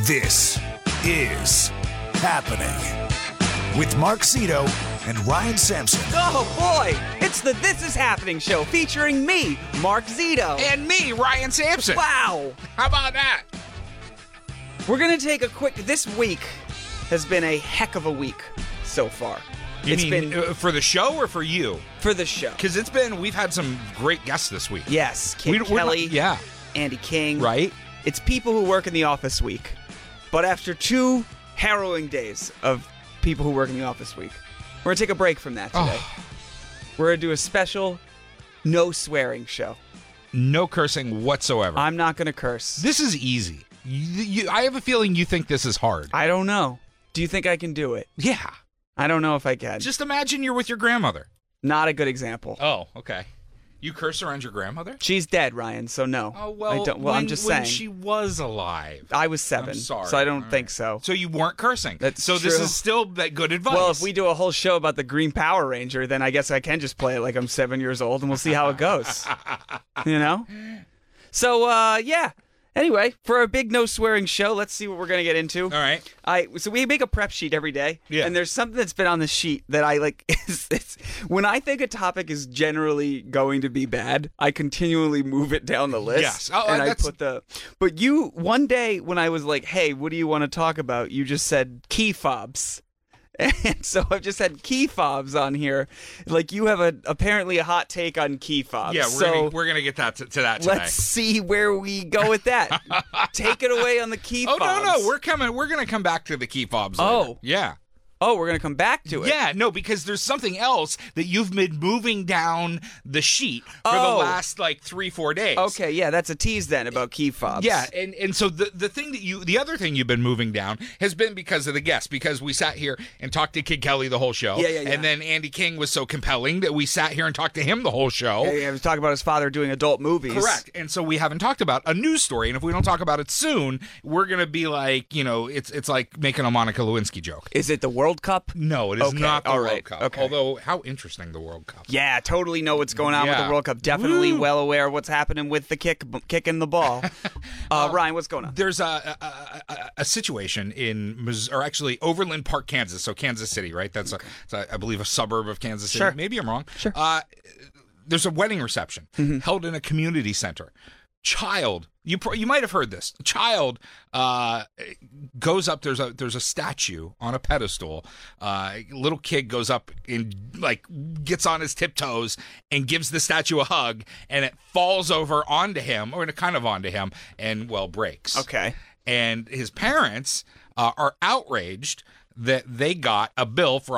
This is happening with Mark Zito and Ryan Sampson. Oh boy, it's the This Is Happening show featuring me, Mark Zito. And me, Ryan Sampson. wow. How about that? We're going to take a quick this week has been a heck of a week so far. It's You mean been uh, for the show or for you? for the show. Because it's been, we've had some great guests this week. Yes, Kid We- we're not- Kelly, yeah. Andy King. Right? It's people who work in the office week. But after two harrowing days of people who work in the office week, we're going to take a break from that Oh. today. We're going to do a special no swearing show. No cursing whatsoever. I'm not going to curse. this is easy. You, you, I have a feeling you think this is hard. I don't know. Do you think I can do it? yeah. I don't know if I can. Just imagine you're with your grandmother. Not a good example. Oh, okay. You curse around your grandmother? She's dead, Ryan. So no. Oh, well, I don't, well I'm when- just when saying. Oh. she was alive. I was 7 I'm sorry. so I don't All think right. so. So you weren't cursing. That's so this true. is still that good advice. Well, if we do a whole show about the Green Power Ranger, then I guess I can just play it like I'm seven years old, and we'll see how it goes. you know. So uh, yeah. Anyway, for our big no swearing show, let's see what we're gonna get into. All right. I so we make a prep sheet every day, Yeah. and there's something that's been on the sheet that I like. Is, it's, when I think a topic is generally going to be bad, I continually move it down the list. Yes. Oh, and uh, I that's- put the. But you one day when I was like, "Hey, what do you want to talk about?" You just said key fobs. And so I've just had key fobs on here. Like you have a apparently a hot take on key fobs. Yeah, we're so gonna, we're gonna get that to, to that today. let's see where we go with that. take it away on the key Oh fobs. no no, we're coming. We're gonna come back to the key fobs. later. Oh. yeah, Oh, we're gonna come back to it. yeah. No, because there's something else that you've been moving down the sheet for Oh. the last like three four days. Okay, yeah, that's a tease then about key fobs. Yeah, and, and so the the thing that you the other thing you've been moving down has been because of the guests because we sat here and talked to Kid Kelly the whole show. Yeah, yeah, yeah. And then Andy King was so compelling that we sat here and talked to him the whole show. Yeah, yeah, I was talking about his father doing adult movies. Correct. And so we haven't talked about a news story, and if we don't talk about it soon, we're gonna be like, you know, it's it's like making a Monica Lewinsky joke. Is it the World Cup? No, it is Okay, not the all World right, Cup. okay. Although, how interesting the World Cup. Yeah, totally know what's going on with Yeah. the World Cup. Definitely well aware of what's happening with the kick, kicking the ball. uh, Ryan, what's going on? There's a, a, a, a situation in Mis- or actually Overland Park, Kansas. So Kansas City, right? That's a, it's a I believe a suburb of Kansas City. Sure. Maybe I'm wrong. Sure. Uh, there's a wedding reception held in a community center. Child, you pro- you might have heard this. Child uh, goes up. There's a there's a statue on a pedestal. Uh, little kid goes up and like gets on his tiptoes and gives the statue a hug, and it falls over onto him or kind of onto him, and well breaks Okay. and his parents uh, are outraged that they got a bill for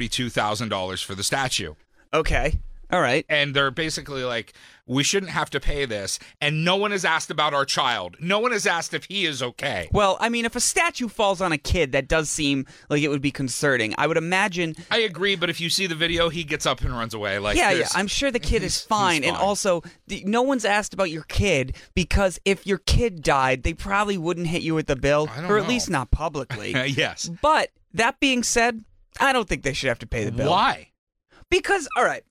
$132,000 for the statue. Okay. All right. And they're basically like, we shouldn't have to pay this. And no one has asked about our child. No one has asked if he is okay. Well, I mean, if a statue falls on a kid, that does seem like it would be concerning. I would imagine I agree, but if you see the video, he gets up and runs away. Like, yeah, yeah. there's- I'm sure the kid he's- is fine. he's And also, the, no one's asked about your kid because if your kid died, they probably wouldn't hit you with the bill, I don't or at know. least not publicly. yes. but that being said, I don't think they should have to pay the bill. Why? Because, all right.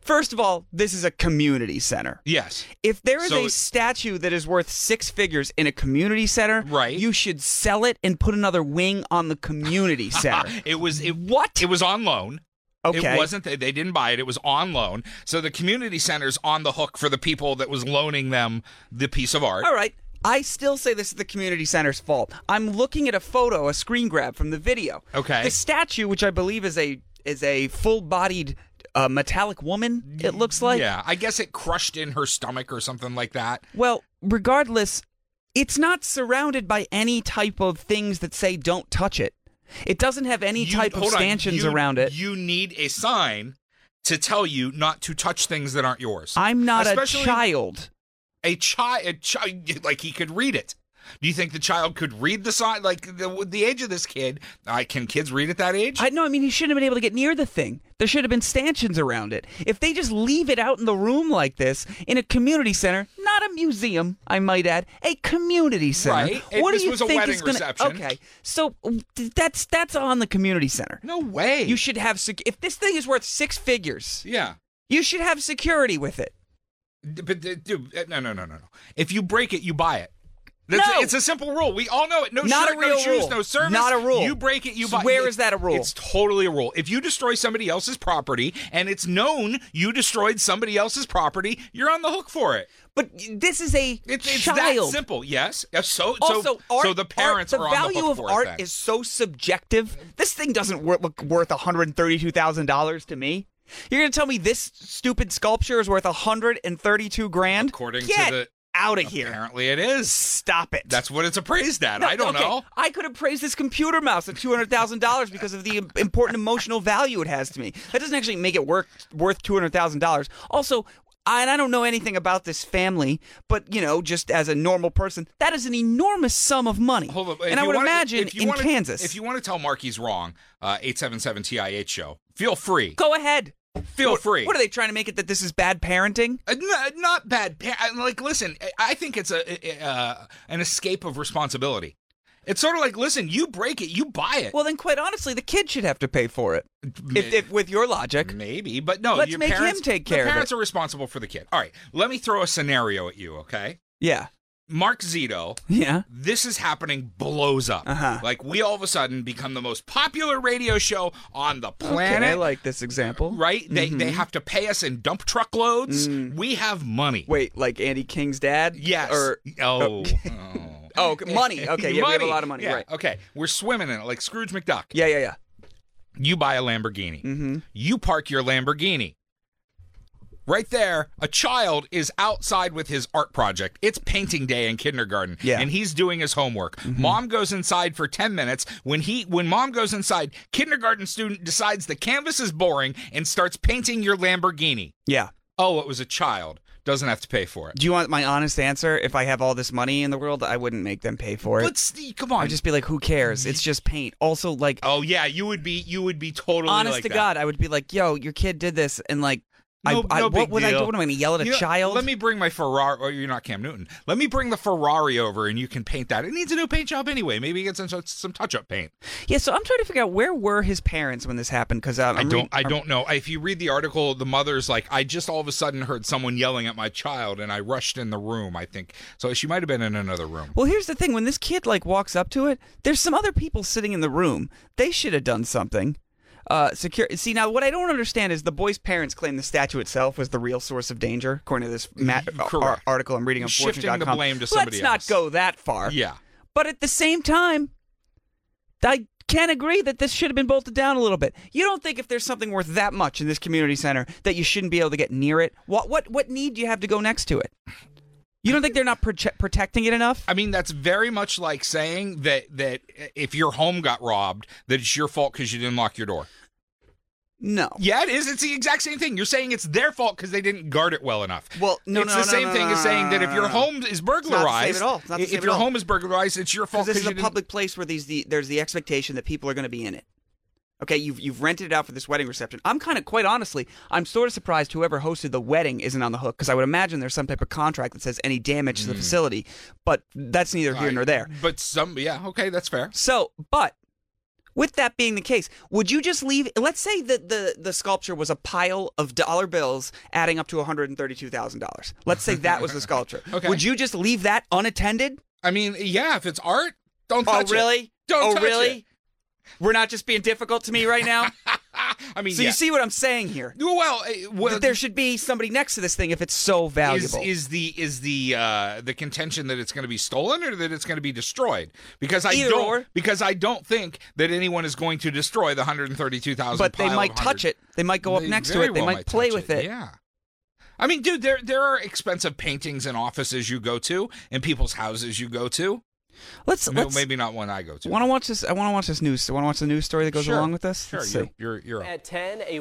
First of all, this is a community center. Yes. If there is So a it- statue that is worth six figures in a community center, Right. you should sell it and put another wing on the community center. Uh, It was it what? It was on loan. Okay. It wasn't that they didn't buy it, it was on loan. So the community center's on the hook for the people that was loaning them the piece of art. All right. I still say this is the community center's fault. I'm looking at a photo, a screen grab from the video. Okay. The statue, which I believe is a is a full-bodied uh, metallic woman. It looks like. yeah, I guess it crushed in her stomach or something like that. Well, regardless, it's not surrounded by any type of things that say "don't touch it." It doesn't have any You- type of hold on, stanchions you- around it. You need a sign to tell you not to touch things that aren't yours. I'm not a Especially child. A child, a child, like he could read it. Do you think the child could read the sign? Like the, with the age of this kid, I can kids read at that age? I know. I mean, he shouldn't have been able to get near the thing. There should have been stanchions around it. If they just leave it out in the room like this in a community center, not a museum, I might add, a community center. Right. It- What this do you was a think wedding is gonna- reception. Okay, so th- that's that's on the community center. no way. You should have sec- if this thing is worth six figures, yeah. you should have security with it. D- But d- dude, uh, no, no, no, no, no. If you break it, you buy it. That's No. it's a simple rule. We all know it. No Not shirt, a real no shoes, rule. no service. Not a rule. You break it, you So buy. where is that a rule? It's totally a rule. If you destroy somebody else's property and it's known you destroyed somebody else's property, you're on the hook for it. But this is a It's, it's that child. simple. Yes. Yeah, So Also, so, art, so the parents art, the are on value the hook of for art it. then. is so subjective. This thing doesn't wor- look worth one hundred thirty-two thousand dollars to me. You're gonna tell me this stupid sculpture is worth one hundred and thirty-two grand? According to Get the- out of here. Apparently, it is. Stop it. That's what it's appraised at. No, I don't okay. know. I could have praised this computer mouse at two hundred thousand dollars because of the im- important emotional value it has to me. That doesn't actually make it work worth two hundred thousand dollars. Also, I, and I don't know anything about this family, but you know, just as a normal person, that is an enormous sum of money. Hold up. and I would imagine in want Kansas. If you want to tell Mark he's wrong, uh, 877 TIH show, feel free. go ahead. Feel free. What are they trying to make it that this is bad parenting? Uh, n- not bad. pa- I- Like, listen, I- I think it's a uh, an escape of responsibility. It's sort of like, listen, you break it, you buy it. Well, then, quite honestly, the kid should have to pay for it. If, if with your logic, Maybe, but no. Let's your make him parents, take the care of it. parents are responsible for the kid. All right, let me throw a scenario at you, okay? yeah, Mark Zito, yeah. this is happening blows up. Uh-huh. Like we all of a sudden become the most popular radio show on the planet. Okay, I like this example. right? They they Mm-hmm. have to pay us in dump truck loads. Mm. We have money. Wait, like Andy King's dad? Yes. Or oh. oh. Oh, okay, money. Okay, yeah, we have a lot of money. Yeah, Right. Okay, we're swimming in it like Scrooge McDuck. Yeah, Mm-hmm. yeah, yeah. You buy a Lamborghini. You park your Lamborghini. Right there, a child is outside with his art project. It's painting day in kindergarten, Yeah. Mm-hmm. and he's doing his homework. Mom goes inside for 10 minutes. When he when mom goes inside, kindergarten student decides the canvas is boring and starts painting your Lamborghini. Yeah. Oh, it was a child. Doesn't have to pay for it. Do you want my honest answer? If I have all this money in the world, I wouldn't make them pay for it. But Steve, come on. I'd just be like, who cares? It's just paint. Also, like, oh yeah, you would be you would be totally honest like to that. God, I would be like, yo, your kid did this, and like, No- I, I, no what big would I do? deal. What am I going to yell at a You know, child? Let me bring my Ferrari. Oh, you're not Cam Newton. Let me bring the Ferrari over, and you can paint that. It needs a new paint job anyway. Maybe get some some touch up paint. yeah. So I'm trying to figure out where were his parents when this happened? Because um, I don't. I don't know. If you read the article, the mother's like, I just all of a sudden heard someone yelling at my child, and I rushed in the room. I think so. She might have been in another room. Well, here's the thing: when this kid like walks up to it, there's some other people sitting in the room. They should have done something. Uh, secure. See, now what I don't understand is the boy's parents claim the statue itself was the real source of danger, according to this ma- ar- correct. article I'm reading on Shifting fortune.com. the blame to somebody Let's not else. go that far. Yeah. But at the same time, I can agree that this should have been bolted down a little bit. You don't think if there's something worth that much in this community center that you shouldn't be able to get near it? What what what need do you have to go next to it? You don't think they're not prote- protecting it enough? I mean, that's very much like saying that that if your home got robbed, that it's your fault because you didn't lock your door. No. Yeah, it is. It's the exact same thing. You're saying it's their fault because they didn't guard it well enough. Well, no, it's no, the no, same no, thing no, as no, saying no, that no, if no, your no. home is burglarized, at all. It's not the if same at your all. home is burglarized, it's your fault because this is you a didn't- public place where these the, there's the expectation that people are going to be in it. Okay, you've you've rented it out for this wedding reception. I'm kind of quite honestly, I'm sort of surprised whoever hosted the wedding isn't on the hook because I would imagine there's some type of contract that says any damage Hmm. to the facility, but that's neither here nor there. But some, yeah, okay, that's fair. So, but with that being the case, would you just leave? Let's say that the the sculpture was a pile of dollar bills adding up to one hundred and thirty two thousand dollars. Let's say that was the sculpture. Okay. Would you just leave that unattended? I mean, yeah, if it's art, don't Oh touch it. really? Don't oh touch really? it. We're not just being difficult to me right now. I mean, so yeah. you see what I'm saying here? well, eh, well that there should be somebody next to this thing if it's so is valuable. is the is the uh, the contention that it's going to be stolen or that it's going to be destroyed? Because I Either don't or. because I don't think that anyone is going to destroy the hundred and thirty two thousand. but they might touch it. They might go up They next to very it. They well might, play touch with it. Yeah. I mean, dude, there there are expensive paintings in offices you go to, and people's houses you go to. Let's No, let's. maybe not one I go to. Want to watch this? I want to watch this news. Want to watch the news story that goes Sure. along with this? Sure, Let's you're, see. you're, you're up. At 10, a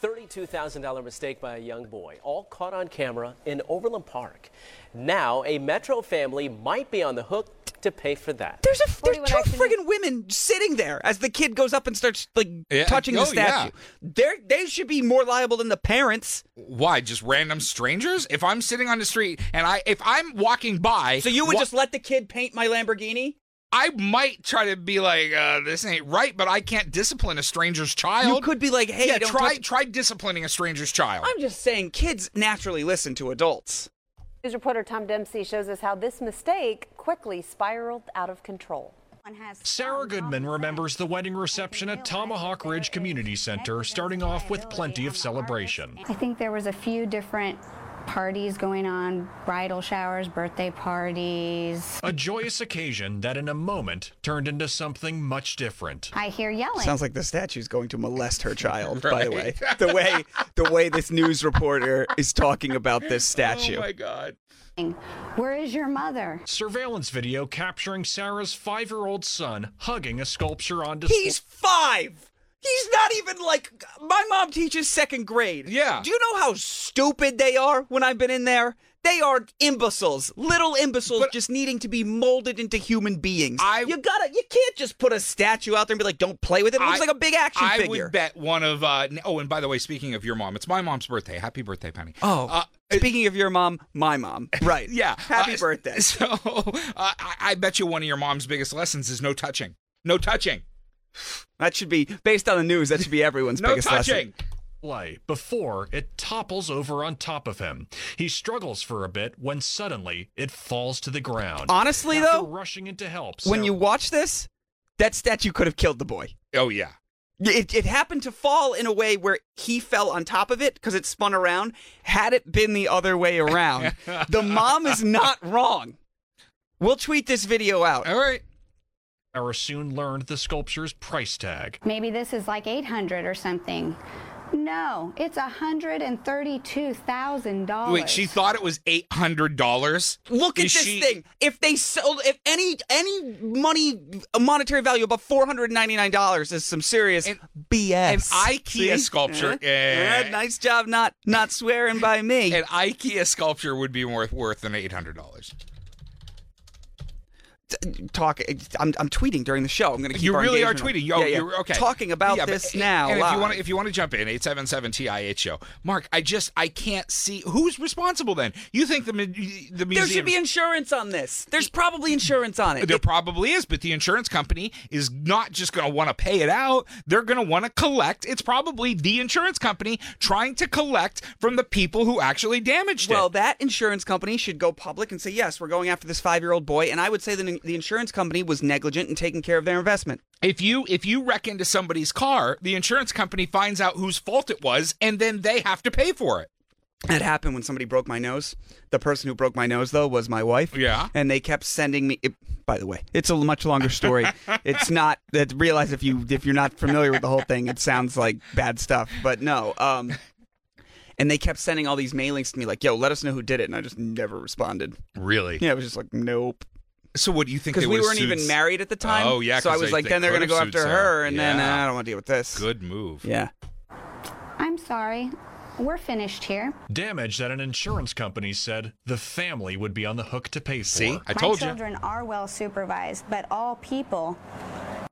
$132,000 mistake by a young boy, all caught on camera in Overland Park. Now, a Metro family might be on the hook to pay for that. There's a there's 41 two accident- friggin' women sitting there as the kid goes up and starts like Yeah, touching the oh, yeah. statue. They're, they should be more liable than the parents. Why? Just random strangers? If I'm sitting on the street and I if I'm walking by, So you would wha- just let the kid paint my Lamborghini? I might try to be like, uh, this ain't right, but I can't discipline a stranger's child. You could be like, hey, yeah, don't try touch- try disciplining a stranger's child. I'm just saying, kids naturally listen to adults. News reporter Tom Dempsey shows us how this mistake quickly spiraled out of control. Sarah Goodman remembers the wedding reception at Tomahawk Ridge Community Center, starting off with plenty of celebration. I think there was a few different parties going on, bridal showers, birthday parties. A joyous occasion that in a moment turned into something much different. I hear yelling. Sounds like the statue's going to molest her child. By the way, the way the way this news reporter is talking about this statue. Oh my god. Where is your mother? Surveillance video capturing Sarah's five year old son hugging a sculpture on display. He's five. He's not even like my mom teaches second grade. Yeah. Do you know how stupid they are when I've been in there? They are imbeciles, little imbeciles, But- just needing to be molded into human beings. I- you gotta, you can't just put a statue out there and be like, "Don't play with it." It looks I- like a big action I figure. would bet one of. Uh, n- oh, and by the way, speaking of your mom, it's my mom's birthday. Happy birthday, Penny. Oh, Uh, speaking of your mom, my mom. Right. yeah. Happy Uh, birthday. So uh, I, I bet you one of your mom's biggest lessons is no touching. No touching. That should be based on the news. That should be everyone's No biggest touching. lesson. before it topples over on top of him. He struggles for a bit when suddenly it falls to the ground. Honestly, After though, rushing in to help, when Sarah- you watch this, that statue could have killed the boy. Oh yeah. It, it happened to fall in a way where he fell on top of it because it spun around. Had it been the other way around, the mom is not wrong. We'll tweet this video out. All right. Sarah soon learned the sculpture's price tag. Maybe this is like 800 or something. No, it's $132,000. Wait, she thought it was eight hundred dollars. Look at Is this she- thing. If they sold, if any any money uh, monetary value above four hundred ninety nine dollars is some serious And- BS. An IKEA See? sculpture. Eh? Eh, eh, nice job, not not swearing by me. An IKEA sculpture would be worth worth than eight hundred dollars. Talk. I'm, I'm tweeting during the show. I'm going to keep. You our really are engagement tweeting. up. Oh, yeah, yeah. You're, okay. Talking about Yeah, but- this now. And if you live. want, to, if you want to jump in, eight seven seven TIH show. Mark, I just I can't see who's responsible. Then you think the mu- the museum? there should be insurance on this. There's probably insurance on it. There It- probably is, but the insurance company is not just going to want to pay it out. They're going to want to collect. It's probably the insurance company trying to collect from the people who actually damaged well, it. that insurance company should go public and say, yes, we're going after this five year old boy. And I would say that the insurance company was negligent in taking care of their investment. If you if you wreck into somebody's car, the insurance company finds out whose fault it was, and then they have to pay for it. That happened when somebody broke my nose. The person who broke my nose, though, was my wife. Yeah. And they kept sending me. It, by the way, it's a much longer story. it's not that realize if you if you're not familiar with the whole thing, it sounds like bad stuff. But no. Um, and they kept sending all these mailings to me, like, "Yo, let us know who did it," and I just never responded. Really? Yeah, I was just like, "Nope," So what do you think? because they we would've weren't even sued- married at the time. Oh, yeah, So I 'cause was they- like, they "Then they're gonna could've go sued after Sarah. her," and then Yeah. uh, I don't want to deal with this. Good move. Yeah. I'm sorry. We're finished here. Damage that an insurance company said the family would be on the hook to pay for. See, I My told you. children are well supervised, but all people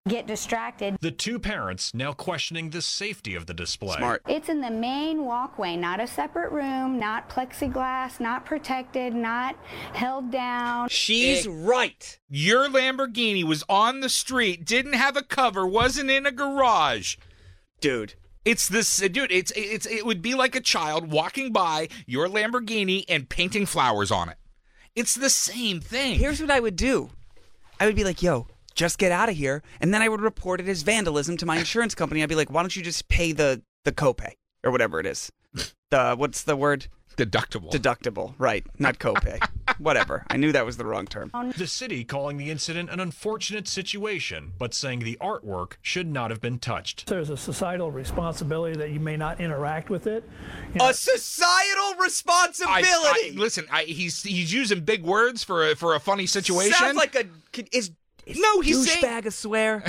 get distracted. The two parents now questioning the safety of the display. Smart. It's in the main walkway, not a separate room, not plexiglass, not protected, not held down. She's right. Your Lamborghini was on the street, didn't have a cover, wasn't in a garage. Dude, It's this dude. It's it's it would be like a child walking by your Lamborghini and painting flowers on it. It's the same thing. Here's what I would do. I would be like, yo, just get out of here. And then I would report it as vandalism to my insurance company. I'd be like, why don't you just pay the, the copay or whatever it is? The what's the word? deductible. Deductible. Right. Not copay. whatever. I knew that was the wrong term. Oh, The city calling the incident an unfortunate situation, but saying the artwork should not have been touched. There's a societal responsibility that you may not interact with it. You know, A societal I- responsibility. I- listen, I, he's he's using big words for a, for a funny situation. Sounds like a is, is No, he's saying- douchebag a swear.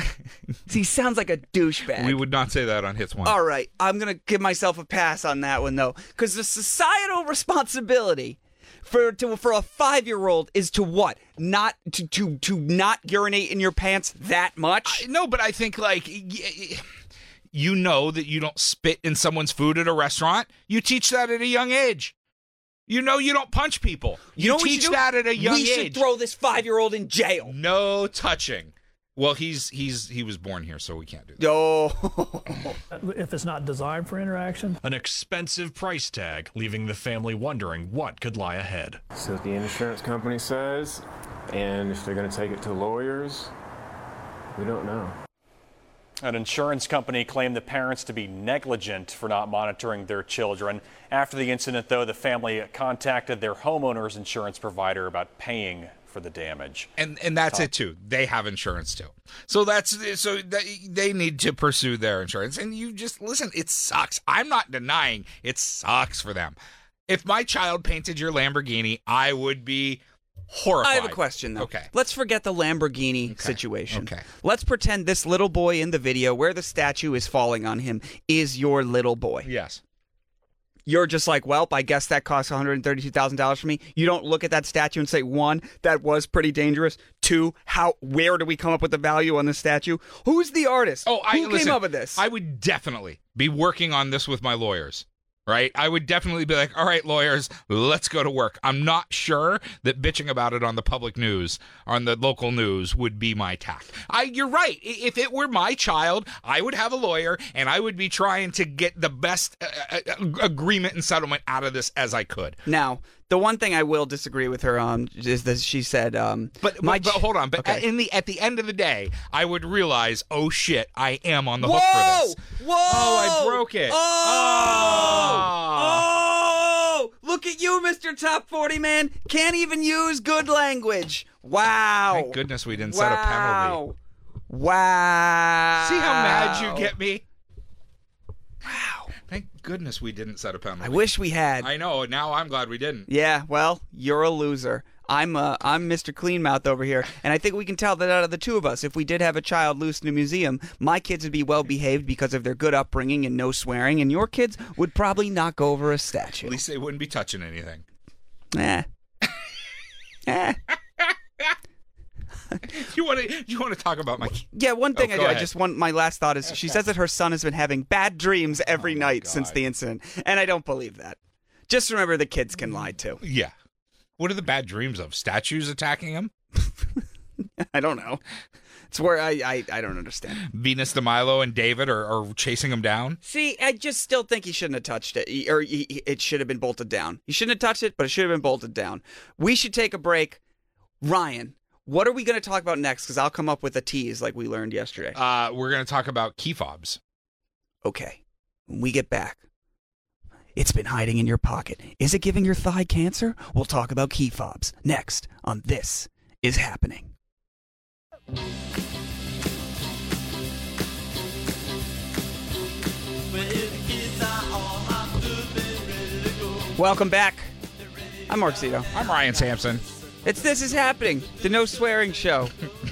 he sounds like a douchebag. we would not say that on hits one. All right, I'm gonna give myself a pass on that one though, because the societal responsibility for to, for a five year old is to what? Not to, to to not urinate in your pants that much. No, but I think like. y- y- You know that you don't spit in someone's food at a restaurant. You teach that at a young age. You know you don't punch people. You, know what we teach should do? that at a young We age. should throw this five year old in jail. no touching. Well, he's he's he was born here, so we can't do that. Oh, if it's not designed for interaction. An expensive price tag, leaving the family wondering what could lie ahead. So the insurance company says, and if they're going to take it to lawyers, we don't know. An insurance company claimed the parents to be negligent for not monitoring their children. After the incident, though, the family contacted their homeowner's insurance provider about paying for the damage. and and that's it too. They have insurance too, so that's so they, they need to pursue their insurance. And you just listen. It sucks. I'm not denying it sucks for them. If my child painted your Lamborghini, I would be horrified. I have a question though. Okay. Let's forget the Lamborghini situation. Okay. Let's pretend this little boy in the video where the statue is falling on him is your little boy. Yes. You're just like, well, I guess that costs $132,000 for me. You don't look at that statue and say, one, that was pretty dangerous. Two, how, where do we come up with the value on the statue? Who's the artist? Oh, I Who listen, came up with this? I would definitely be working on this with my lawyers. Right? I would definitely be like, all right, lawyers, let's go to work. I'm not sure that bitching about it on the public news, on the local news, would be my tack. I, you're right. I- If it were my child, I would have a lawyer and I would be trying to get the best uh, uh, uh, agreement and settlement out of this as I could. Now, the one thing I will disagree with her on is that she said, um, But, my but, but ch- hold on. But Okay. in the at the end of the day, I would realize, oh shit, I am on the Whoa! hook for this. Whoa! Oh, I broke it. Ah. Oh! Oh! Look at you, Mr. Top 40 Man. Can't even use good language. Wow. Thank goodness we didn't Oh! wow. set a penalty. Wow. See how mad you get me? Wow. Thank goodness we didn't set a penalty. I wish we had. I know. Now I'm glad we didn't. Yeah, well, you're a loser. I'm uh, I'm Mr. Cleanmouth over here, and I think we can tell that out of the two of us, if we did have a child loose in a museum, my kids would be well behaved because of their good upbringing and no swearing, and your kids would probably knock over a statue. At least they wouldn't be touching anything. Eh. Eh. You want to? You want to talk about my? Yeah, one thing Oh, I go do. I ahead. just want my last thought is she says that her son has been having bad dreams every Oh, night since the incident, and I don't believe that. Just remember the kids can lie too. Yeah. What are the bad dreams of? Statues attacking him? I don't know. It's where I I, I don't understand. Venus de Milo and David are, are chasing him down? See, I just still think he shouldn't have touched it, He- or he, he- it should have been bolted down. He shouldn't have touched it, but it should have been bolted down. We should take a break. Ryan, what are we going to talk about next? Because I'll come up with a tease like we learned yesterday. Uh, we're going to talk about key fobs. okay, when we get back, it's been hiding in your pocket. Is it giving your thigh cancer? We'll talk about key fobs next on This Is Happening. Welcome back. I'm Mark Zito. I'm Ryan Sampson. It's This Is Happening, the no swearing show.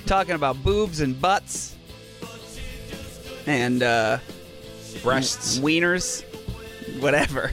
Talking about boobs and butts and uh, Breasts. wieners, whatever.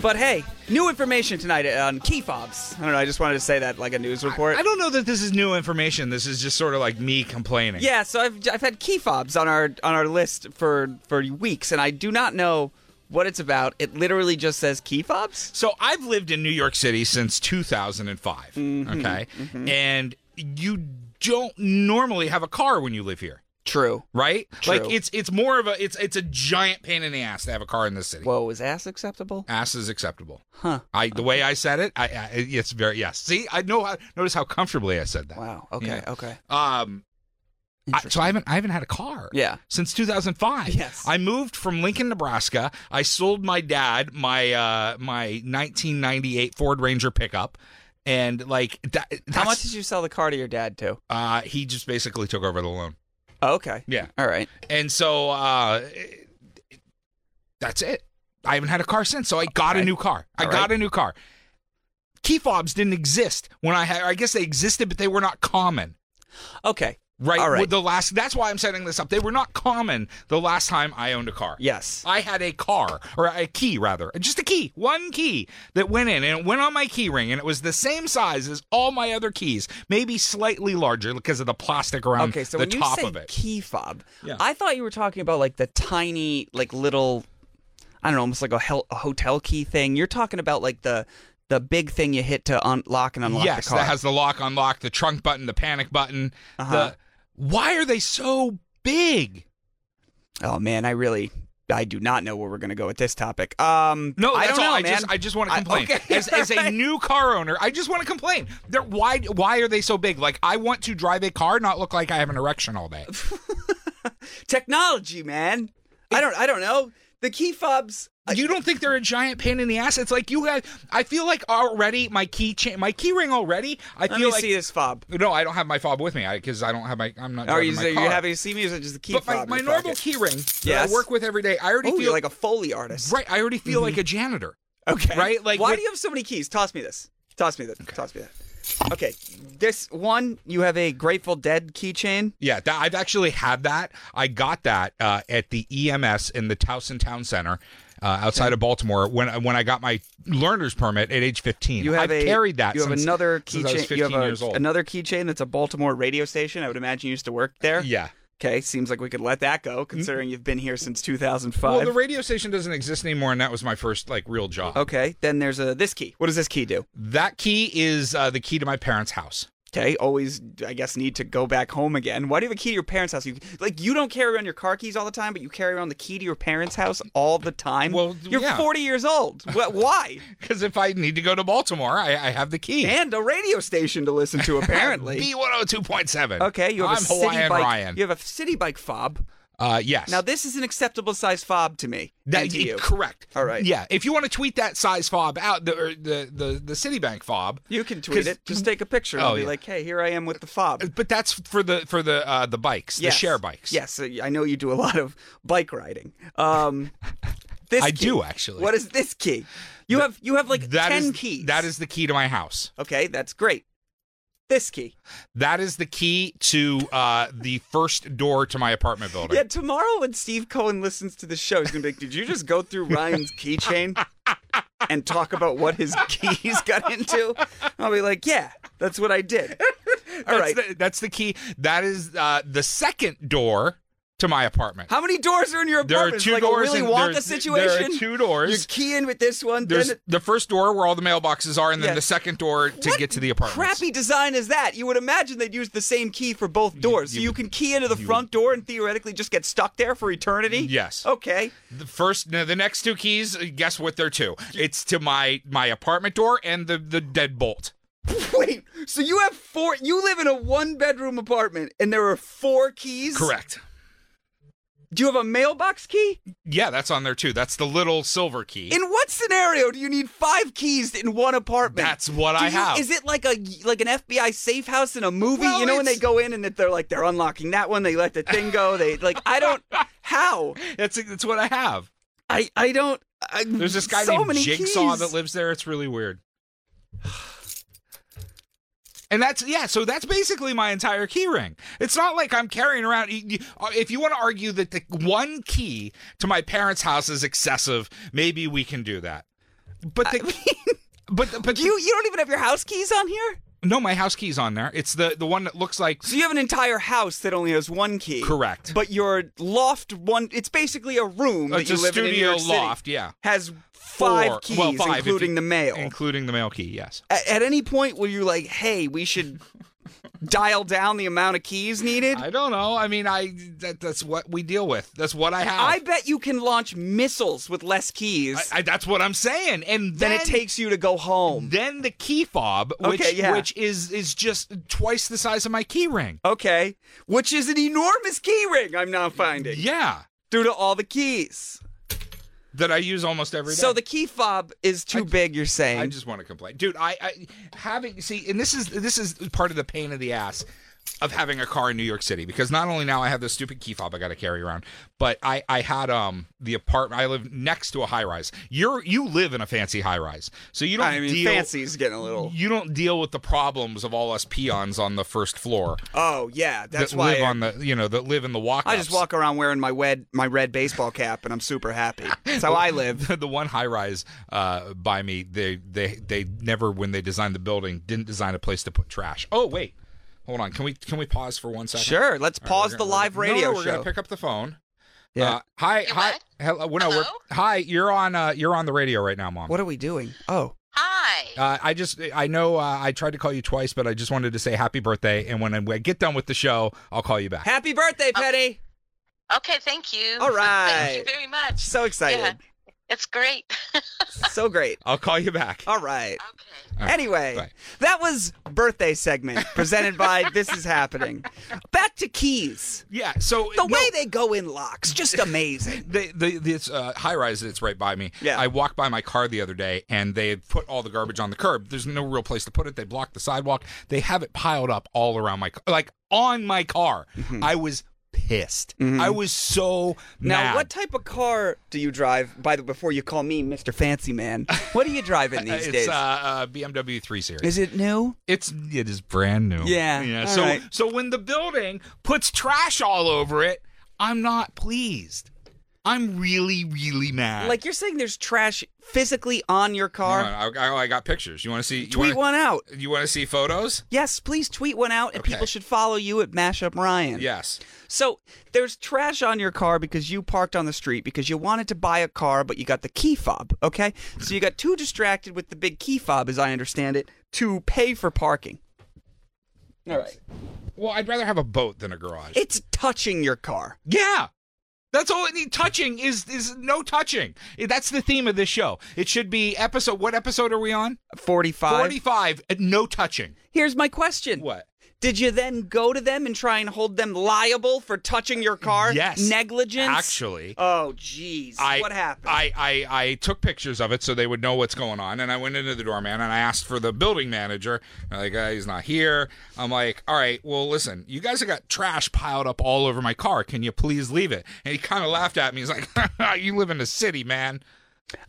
But hey, new information tonight on key fobs. I don't know. I just wanted to say that like a news report. I don't know that this is new information. This is just sort of like me complaining. yeah, so I've, I've had key fobs on our on our list for for weeks, and I do not know what it's about. It literally just says key fobs. So I've lived in New York City since 2005. Okay. And you don't normally have a car when you live here, True. right? True. Like it's it's more of a it's it's a giant pain in the ass to have a car in this city. Whoa, is ass acceptable? ass is acceptable. Huh. I the way I said it, I, I it's very yes. See, I know how notice how comfortably I said that. Wow. Okay. Yeah. Okay. Um I, so I haven't I haven't had a car. Yeah. Since 2005. Yes. I moved from Lincoln, Nebraska. I sold my dad my uh my 1998 Ford Ranger pickup and like that How that's- much did you sell the car to your dad to? uh he just basically took over the loan. Oh, okay. Yeah. All right. And so uh it- it- that's it. I haven't had a car since, so I got a Okay. new car. I All got right. a new car. Key fobs didn't exist when I had I guess they existed but they were not common. Okay. Right. All right. With the last that's why I'm setting this up. They were not common the last time I owned a car. Yes. I had a car or a key rather. Just a key, one key that went in and it went on my key ring and it was the same size as all my other keys, maybe slightly larger because of the plastic around okay, so the when top you say of it. key fob, Yeah. I thought you were talking about like the tiny, like little, I don't know, almost like a, hel- a hotel key thing. You're talking about like the the big thing you hit to unlock and unlock yes, the car. that has the lock unlock, the trunk button, the panic button. The Why are they so big? Oh man, I really I do not know where we're gonna go with this topic. Um, No, I that's don't know, all. I man. just I just want to I- complain. okay. As, as a new car owner, I just want to complain. They're, why why are they so big? Like I want to drive a car, not look like I have an erection all day. technology, man. I don't I don't know the key fobs. You don't think they're a giant pain in the ass? It's like you guys. I feel like already my key cha- my key ring already. I Let feel me like see this fob. no, I don't have my fob with me because I, don't have my. I'm not. Are you driving my are you car. happy to see me? Or is it just the key But my, fob? my in your normal pocket? key ring that Yes. I work with every day. I already Ooh, feel you're like a Foley artist. right. I already feel like a janitor. Mm-hmm. Okay. Right? Like why what- do you have so many keys? Toss me this. Toss me that. Toss me that. Okay. This one, you have a Grateful Dead keychain. Yeah, that, I've actually had that. I got that uh, at the EMS in the Towson Town Center uh, outside of Baltimore when I- when I got my learner's permit at age 15. You have I've a- carried that. You have since- another since I was keychain. You have 15 a- years old. another keychain that's a Baltimore radio station. I would imagine you used to work there. Yeah. Mm-hmm. Okay. Seems like we could let that go, considering you've been here since 2005. Well, the radio station doesn't exist anymore, and that was my first like real job. okay. Then there's a this key. What does this key do? That key is uh, the key to my parents' house. Okay. Always, I guess, need to go back home again. Why do you have a key to your parents' house? You like you don't carry around your car keys all the time, but you carry around the key to your parents' house all the time. Well, you're yeah. 40 years old. Wh- Why? Because if I need to go to Baltimore, I, I have the key. and a radio station to listen to apparently. B one hundred two point seven. okay, you have I'm a city Hawaiian bike. Ryan. You have a city bike fob. uh, yes. Now this is an acceptable size fob to me. That- and to it- you. correct. All right. Yeah. If you want to tweet that size fob out, the or the the, the Citibank fob, You can tweet 'Cause- it. Just take a picture Oh, and be yeah. like, "Hey, here I am with the fob." But that's for the for the uh, the bikes, Yes. the share bikes. Yes, uh, I know you do a lot of bike riding. Um, this I key. do, actually. What is this key? You have you have like That ten is- keys. That is the key to my house. okay. That's great. This key. That is the key to uh, the first door to Oh my apartment building. Yeah, tomorrow when Steve Cohen listens to the show, he's gonna be like, "Did you just go through Ryan's keychain and talk about what his keys got into?" I'll be like, "Yeah, that's what I did." All that's right. The, that's the key. That is uh, the second door to my apartment. How many doors are in your There are apartment? It's two like doors a Willy and Wonka there's- situation. there are two doors. You key in with this one. There's then it- the first door where all the mailboxes are, and then Yeah. the second door to What get to the apartment. Crappy design is that. You would imagine they'd use the same key for both doors, so you you would- can key into the front door and theoretically just get stuck there for eternity. Yes. Okay. The first, no, the next two keys. uh, Guess what? They're two. It's to my my apartment door and the the deadbolt. Wait. So you have four. You live in a one-bedroom apartment, and there are four keys. Correct. Do you have a mailbox key? Yeah, that's on there too. That's the little silver key. In what scenario do you need five keys in one apartment? That's what Do I you- have. Is it like a like an FBI safe house in a movie? Well, you know when they it's- go in and that they're like they're unlocking that one, they let the thing go. They like I don't how that's that's what I have. I I don't. I, There's this guy so named many Jigsaw keys. that lives there. It's really weird. And that's yeah, so that's basically my entire key ring. It's not like I'm carrying around. you- you- uh, If you want to argue that the one key to my parents' house is excessive, maybe we can do that. But the, but the- but Do you you don't even have your house keys on here? the- no, my house key's on there. It's the the one that looks like So you have an entire house that only has one key. Correct. But your loft one it's basically a room that It's you a live in in New studio York City, loft, yeah. Has five four- keys well, five if you- including the mail. including the mail key. Yes. at, at any point were you like, "Hey, we should dial down the amount of keys needed"? I don't know. I mean, I that, that's what we deal with. That's what I have. I bet you can launch missiles with less keys I, I- that's what I'm saying. And than then it takes you to go home. Then the key fob, which Okay, yeah. which is is just twice the size of my key ring. okay, which is an enormous key ring I'm now finding Yeah, due to all the keys. that I use almost every day. So the key fob is too big. You're saying I just want to complain, dude. I, I having see, and this is this is part of the pain of the ass of having a car in New York City because not only now I have this stupid key fob I got to carry around, but I I had um the apartment I live next to a high rise. You're you live in a fancy high rise, so you don't I mean, deal. fancy's getting a little. You don't deal with the problems of all us peons on the first floor. Oh yeah, that's that why live I, on the you know that live in the walk. I just walk around wearing my red my red baseball cap, and I'm super happy. That's how I live. the one high rise uh, by me. They they they never when they designed the building didn't design a place to put trash. Oh wait, hold on. Can we can we pause for one second? Sure, let's All right, pause we're the gonna- live we're- radio no, We're show. gonna pick up the phone. Yeah. Uh, hi hi hello. Well, no, we're- Hello? hi. You're on uh, you're on the radio right now, mom. what are we doing? Oh, Hi. Uh, I just, I know uh, I tried to call you twice, but I just wanted to say happy birthday. And when I, when I get done with the show, I'll call you back. Happy birthday, Petty. Okay, Oh, thank you. All Thank right. you very much. So excited. Yeah, it's great. So great. I'll call you back. All right. All right. Anyway, Bye. that was birthday segment presented by This Is Happening. Back to keys. Yeah. So the way they go in locks, just amazing. The, the this uh, high rise that's right by me. Yeah. I walked by my car the other day, and they had put all the garbage on the curb. There's no real place to put it. They blocked the sidewalk. They have it piled up all around my car, like on my car. I was pissed. I was so Mm-hmm. Now, mad. what type of car do you drive? By the before you call me Mr. Fancy Man, what are you driving these it's days? uh, uh, BMW 3 Series. Is it new? It's it is brand new. Yeah, all So right. so when the building puts trash all over it, I'm not pleased. I'm really really mad. Like you're saying, there's trash physically on your car. Hold on, I, I- I got pictures. You want to see? Uh, You Tweet wanna, one out. You want to see photos? Yes, please tweet one out, and Okay. people should follow you at Mashup Ryan. Yes. So there's trash on your car because you parked on the street because you wanted to buy a car, but you got the key fob. Okay, so you got too distracted with the big key fob, as I understand it, to pay for parking. All right, Well, I'd rather have a boat than a garage. it's touching your car. yeah. That's all it needs. Touching is is no touching. That's the theme of this show. It should be episode. What episode are we on? 45. Forty-five. uh, No touching. Here's my question. What? Did you then go to them and try and hold them liable for touching your car? Yes. Negligence? Actually, Oh, jeez. I, What happened? I, I, I took pictures of it so they would know what's going on. And I went into the doorman and I asked for the building manager. And like, uh, he's not here. I'm like, all right, well, listen, you guys have got trash piled up all over my car. Can you please leave it? And he kind of laughed at me. He's like, you live in the city, man.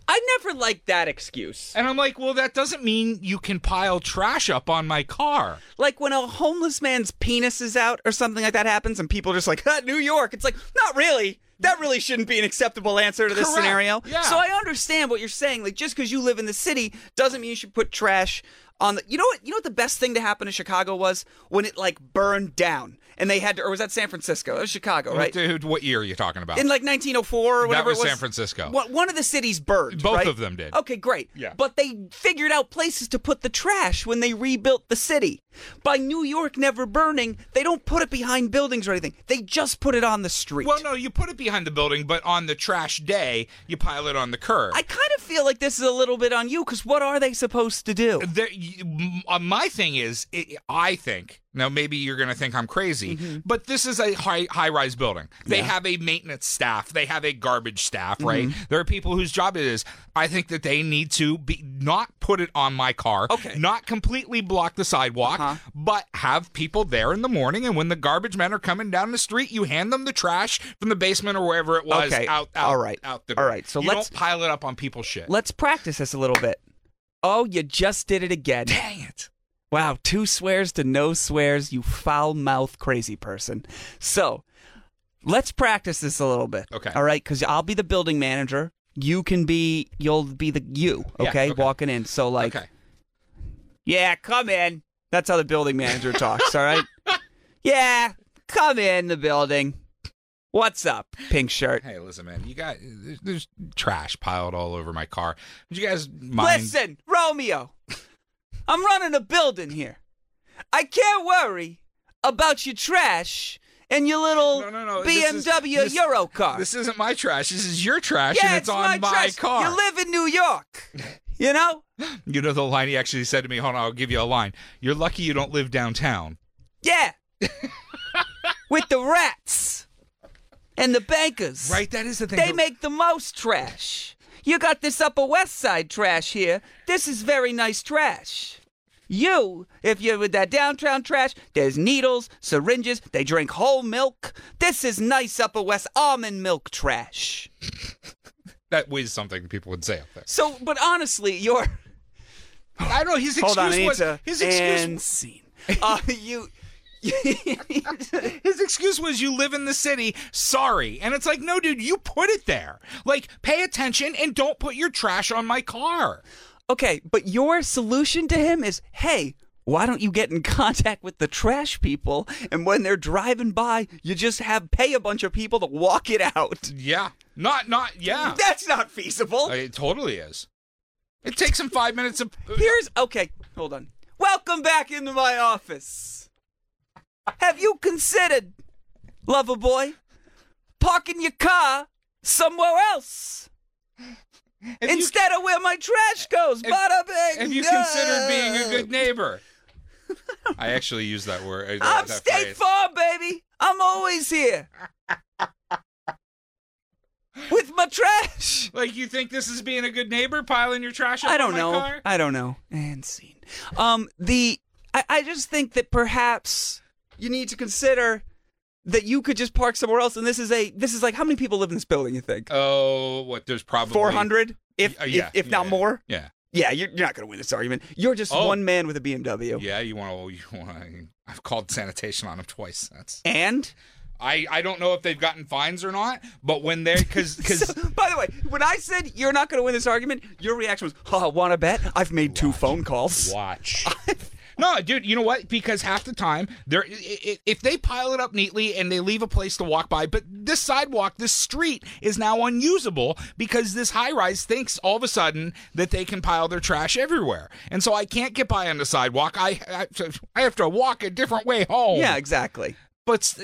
I never liked that excuse. And I'm like, well, that doesn't mean you can pile trash up on my car. Like when a homeless man's penis is out or something like that happens and people are just like, "Huh, New York. It's like, not really. That really shouldn't be an acceptable answer to this Correct. scenario. Yeah. So I understand what you're saying. Like just because you live in the city doesn't mean you should put trash on the You know what you know what the best thing to happen in Chicago was? When it like burned down and they had to or was that San Francisco? That was Chicago, right? Dude, what year are you talking about? in like 1904 or whatever was it was San Francisco. One, one of the cities burned. Both right? of them did. Okay, great. Yeah. But they figured out places to put the trash when they rebuilt the city. By New York never burning, they don't put it behind buildings or anything. They just put it on the street. well, no, you put it behind the building, but on the trash day, you pile it on the curb. I kind of feel like this is a little bit on you because what are they supposed to do? there, y- m- uh, my thing is, it, I think now maybe you're going to think I'm crazy, Mm-hmm. but this is a high high rise building. They have a maintenance staff. They have a garbage staff. Right? Mm-hmm. There are people whose job it is. I think that they need to be not put it on my car. Okay. Uh-huh. Not completely block the sidewalk, but have people there in the morning. And when the garbage men are coming down the street, you hand them the trash from the basement or wherever it was. Okay. Out, out. All right. Out the. All right. So you let's- don't pile it up on people's shit. Let's practice this a little bit. Oh, you just did it again. Dang it. Wow, two swears to no swears, you foul mouth crazy person. So let's practice this a little bit. Okay. All right, because I'll be the building manager. You can be, you'll be the you, Yeah, okay, okay. walking in. So, like, okay. yeah, come in. That's how the building manager talks, all right? Yeah, come in the building. What's up, pink shirt? Hey, listen, man. You got there's, there's trash piled all over my car. Would you guys mind? Listen, Romeo, I'm running a building here. I can't worry about your trash and your little No, no, no. this is- BMW this- Euro car. This isn't my trash. This is your trash, yeah, and it's, on my, trash. car. You live in New York, you know? You know the line he actually said to me. Hold on, I'll give you a line. You're lucky you don't live downtown. Yeah, with the rats and the bankers. Right? That is the thing. They make the most trash. You got this Upper West Side trash here. This is very nice trash. You, if you're with that downtown trash, there's needles, syringes, they drink whole milk. This is nice Upper West almond milk trash. that was something people would say up there. So, but honestly, your I don't know. His excuse Hold on, I need was to his excuse. end scene. Uh, you. His excuse was you live in the city. Sorry, and it's like, no, dude, you put it there. Like, pay attention and don't put your trash on my car. Okay, but your solution to him is hey, why don't you get in contact with the trash people? And when they're driving by, you just have pay a bunch of people to walk it out. Yeah. Not. Not. Yeah. That's not feasible. It totally is. It takes him five minutes of. uh, Here's okay. Hold on. Welcome back into my office. Have you considered, lover boy, parking your car somewhere else instead of where my trash goes? Bada bing. Have you considered being a good neighbor? I actually use that word. uh, I'm that State phrase. Farm, baby. I'm always here. With my trash. Like you think this is being a good neighbor, piling your trash up I don't on my know. car? I don't know. And scene. Um, the I, I just think that perhaps you need to consider that you could just park somewhere else. And this is a this is like how many people live in this building? You think Oh, what? There's probably four hundred? If, Uh, yeah, if if not yeah, more. Yeah. Yeah, you're, you're not going to win this argument. You're just Oh. one man with a BMW. Yeah, you want to? You want to? I've called sanitation on them twice. That's. And I I don't know if they've gotten fines or not, but when they're because because by the way, when I said you're not going to win this argument, your reaction was, "Ha, want to bet? I've made two phone calls." Watch. No, dude, you know what? Because half the time, they're, i- i- if they pile it up neatly and they leave a place to walk by, but this sidewalk, this street is now unusable because this high rise thinks all of a sudden that they can pile their trash everywhere. And so I can't get by on the sidewalk. I, I, I have to walk a different way home. Yeah, exactly. But s-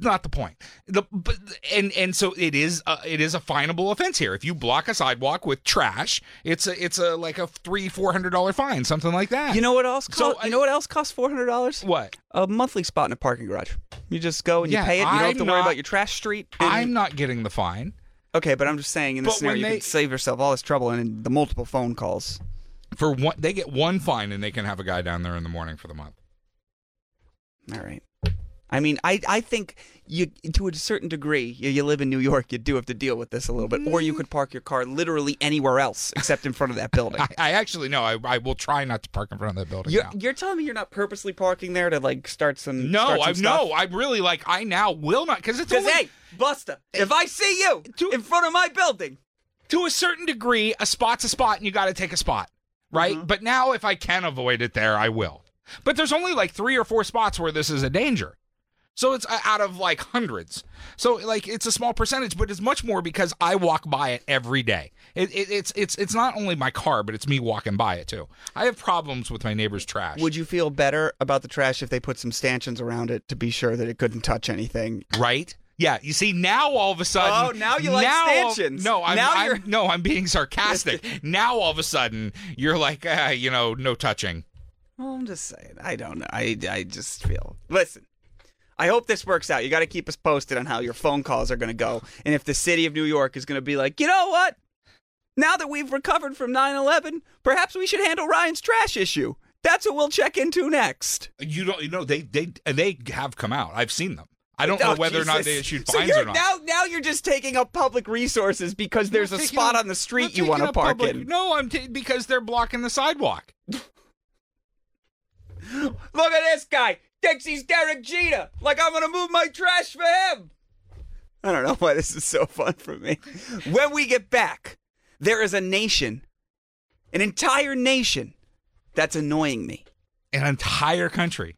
not the point. The but and and so it is. A, it is a finable offense here. If you block a sidewalk with trash, it's a it's a like a three four hundred dollar fine, something like that. You know what else? So Cost, you know what else costs four hundred dollars? What? A monthly spot in a parking garage. You just go and Yeah, you pay it. You don't have I'm to worry not- about your trash street. I'm not getting the fine. Okay, but I'm just saying in this But when scenario, they- you could save yourself all this trouble and the multiple phone calls. for one they get one fine and they can have a guy down there in the morning for the month All right. I mean, I, I think you to a certain degree, you, you live in New York, you do have to deal with this a little bit. Mm. Or you could park your car literally anywhere else except in front of that building. i, I actually no I, I will try not to park in front of that building You're, now. you're telling me you're not purposely parking there to like start some no start some i stuff? no i'm really like i now will not because it's Because only- hey, Busta, if I see you in front of my building, to a certain degree a spot's a spot and you got to take a spot right but now if i can avoid it there i will but there's only like three or four spots where this is a danger so it's uh, out of like hundreds so like it's a small percentage but it's much more because i walk by it every day it, it, it's it's it's not only my car but it's me walking by it too i have problems with my neighbor's trash Would you feel better about the trash if they put some stanchions around it to be sure that it couldn't touch anything? Right? Yeah. You see, now all of a sudden. Oh, now you like all- stanchions. no, I'm, Now I'm- you're- no, I'm being sarcastic. now all of a sudden, you're like, ah, you know, no touching. Well, I'm just saying. I don't know. I, I just feel. Listen, I hope this works out. You got to keep us posted on how your phone calls are going to go. And if the city of New York is going to be like, you know what? Now that we've recovered from 9 11, perhaps we should handle Ryan's trash issue. That's what we'll check into next. You don't. You know, they they they have come out. I've seen them. I don't know Oh, whether or not they Jesus. issued so fines you're, or not. Now, now you're just taking up public resources because there's a taking spot up- on the not street you taking want to up park public- in. No, I'm t- because they're blocking the sidewalk. Look at this guy. Thinks he's Derek Jeter. Like I'm gonna move my trash for him. I don't know why this is so fun for me. When we get back, there is a nation, an entire nation, that's annoying me. An entire country.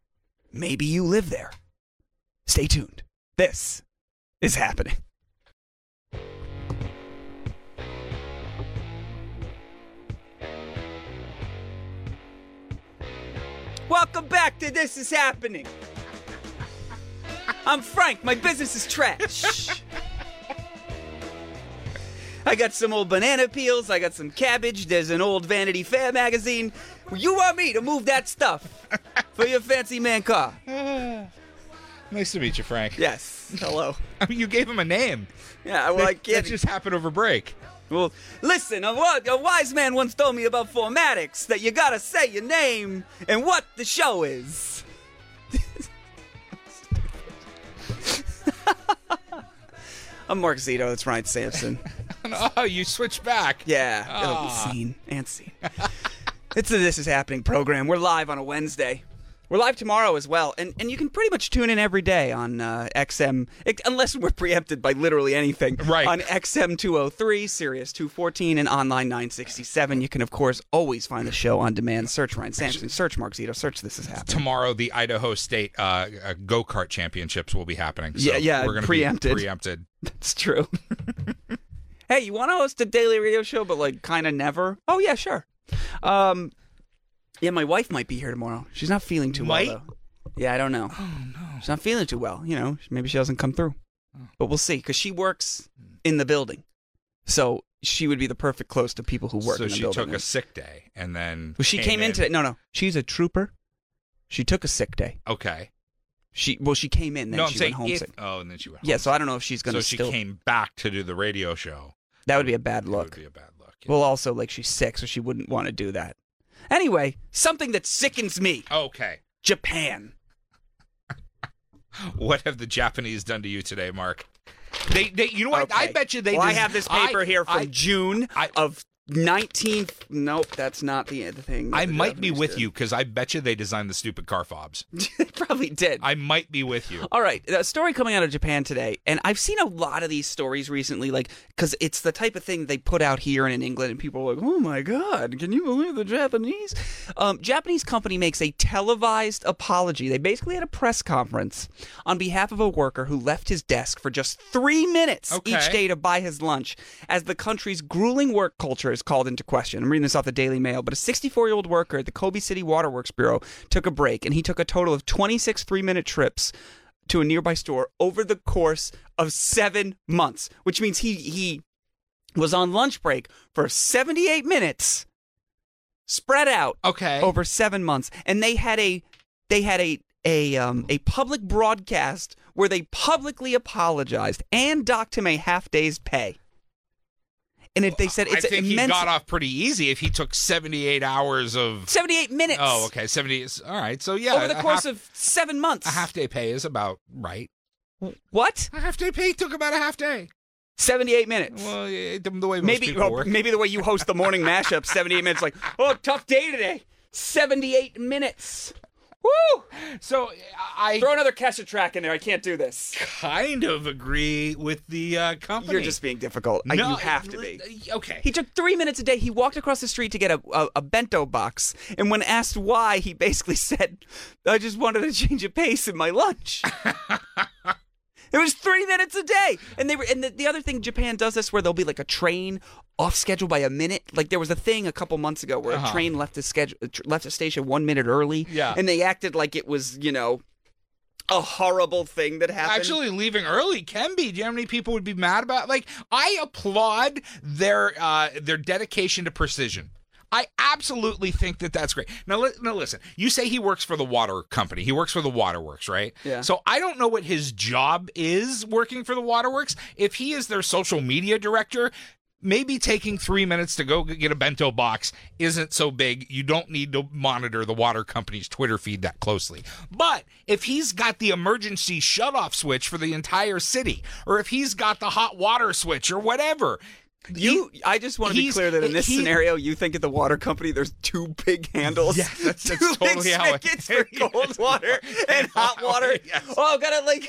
Maybe you live there. Stay tuned. This is happening. Welcome back to This Is Happening. I'm Frank. My business is trash. I got some old banana peels. I got some cabbage. There's an old Vanity Fair magazine. You want me to move that stuff for your fancy man car? Nice to meet you, Frank. Yes. Hello. I mean, you gave him a name. Yeah, well, that, I can't. e- That just happened over break. Well, listen, a, wa- a wise man once told me about formatics that you gotta say your name and what the show is. I'm Mark Zito, that's Ryan Sampson. oh, you switched back. Yeah, Ah. oh, scene and scene. it's the This Is Happening program. We're live on a Wednesday. We're live tomorrow as well, and, and you can pretty much tune in every day on uh, XM, ex- unless we're preempted by literally anything. Right. On XM 203, Sirius 214, and Online 967. You can, of course, always find the show on demand. Search Ryan Sampson, search Mark Zito, search This Is Happening. tomorrow the Idaho State uh, uh, go kart championships will be happening. So Yeah, yeah, we're gonna preempted. Be preempted. That's true. hey, you want to host a daily radio show, but like kind of never? Oh, yeah, sure. Um, yeah, my wife might be here tomorrow. She's not feeling too Might? well. Though. Yeah, I don't know. Oh no, she's not feeling too well. You know, maybe she doesn't come through, Oh. but we'll see. Because she works Hmm. in the building, so she would be the perfect close to people who work. so in the she building. took a sick day and then Well, she came, in today. No, no, she's a trooper. She took a sick day. Okay. She well, she came in. Then no, I'm she saying went if- homesick. oh, and then she went. yeah, so I don't know if she's homesick. gonna. So she still, came back to do the radio show. That would be a bad look. It would be a bad look. Well, also like she's sick, so she wouldn't want to do that. Anyway, something that sickens me. Okay. Japan. What have the Japanese done to you today, Mark? They, they, you know what? I Okay. bet you they. Well, I des- have this paper I- here from I- June of 19. Nope, that's not the the thing. that I the might be Japanese with did. you because I bet you they designed the stupid car fobs. Probably did. I might be with you. All right, a story coming out of Japan today, and I've seen a lot of these stories recently, like because it's the type of thing they put out here and in England, and people are like, "Oh my god, can you believe the Japanese?" Um, Japanese company makes a televised apology. They basically had a press conference on behalf of a worker who left his desk for just three minutes each Okay. day to buy his lunch, as the country's grueling work culture is called into question. I'm reading this off the Daily Mail, but a 64 year old worker at the Kobe City Waterworks Bureau took a break, and he took a total of 26 three minute trips to a nearby store over the course of seven months, which means he he was on lunch break for 78 minutes, spread out, okay, over seven months, and they had a they had a a um, a public broadcast where they publicly apologized and docked him a half day's pay. And if they said it's I think immense, he got off pretty easy if he took 78 hours of 78 minutes. Oh, okay, 78. All right, so yeah, over the a course half- of seven months. a half day pay is about right. What? A half day pay took about a half day. 78 minutes. Well, yeah, the the way most maybe people well, work. maybe the way you host the morning mashup 78 minutes like oh tough day today 78 minutes woo so i throw another kesha track in there i can't do this kind of agree with the uh, company. You're just being difficult. I- No, you have to be. Okay. He took three minutes a day. He walked across the street to get a, a, a bento box. And when asked why, he basically said, I just wanted to change of pace in my lunch. It was three minutes a day, and they were. And the, the other thing, Japan does this where there'll be like a train off schedule by a minute. Like there was a thing a couple months ago where Uh-huh. a train left the schedule, tr- left the station one minute early. Yeah. and they acted like it was you know a horrible thing that happened. Actually, leaving early can be. Do you know how many people would be mad about? Like, I applaud their uh, their dedication to precision. I absolutely think that that's great. Now, li- now listen. You say he works for the water company. He works for the waterworks, right? Yeah. So I don't know what his job is working for the waterworks. If he is their social media director. Maybe taking three minutes to go g- get a bento box isn't so big. You don't need to monitor the water company's Twitter feed that closely. But if he's got the emergency shut-off switch for the entire city, or if he's got the hot water switch or whatever, You, I just want to be he's- clear that in this he- scenario, you think at the water company there's two big handles, Yes, that's- that's two totally big how it- spigots for cold water and hot water. Oh, got it! Like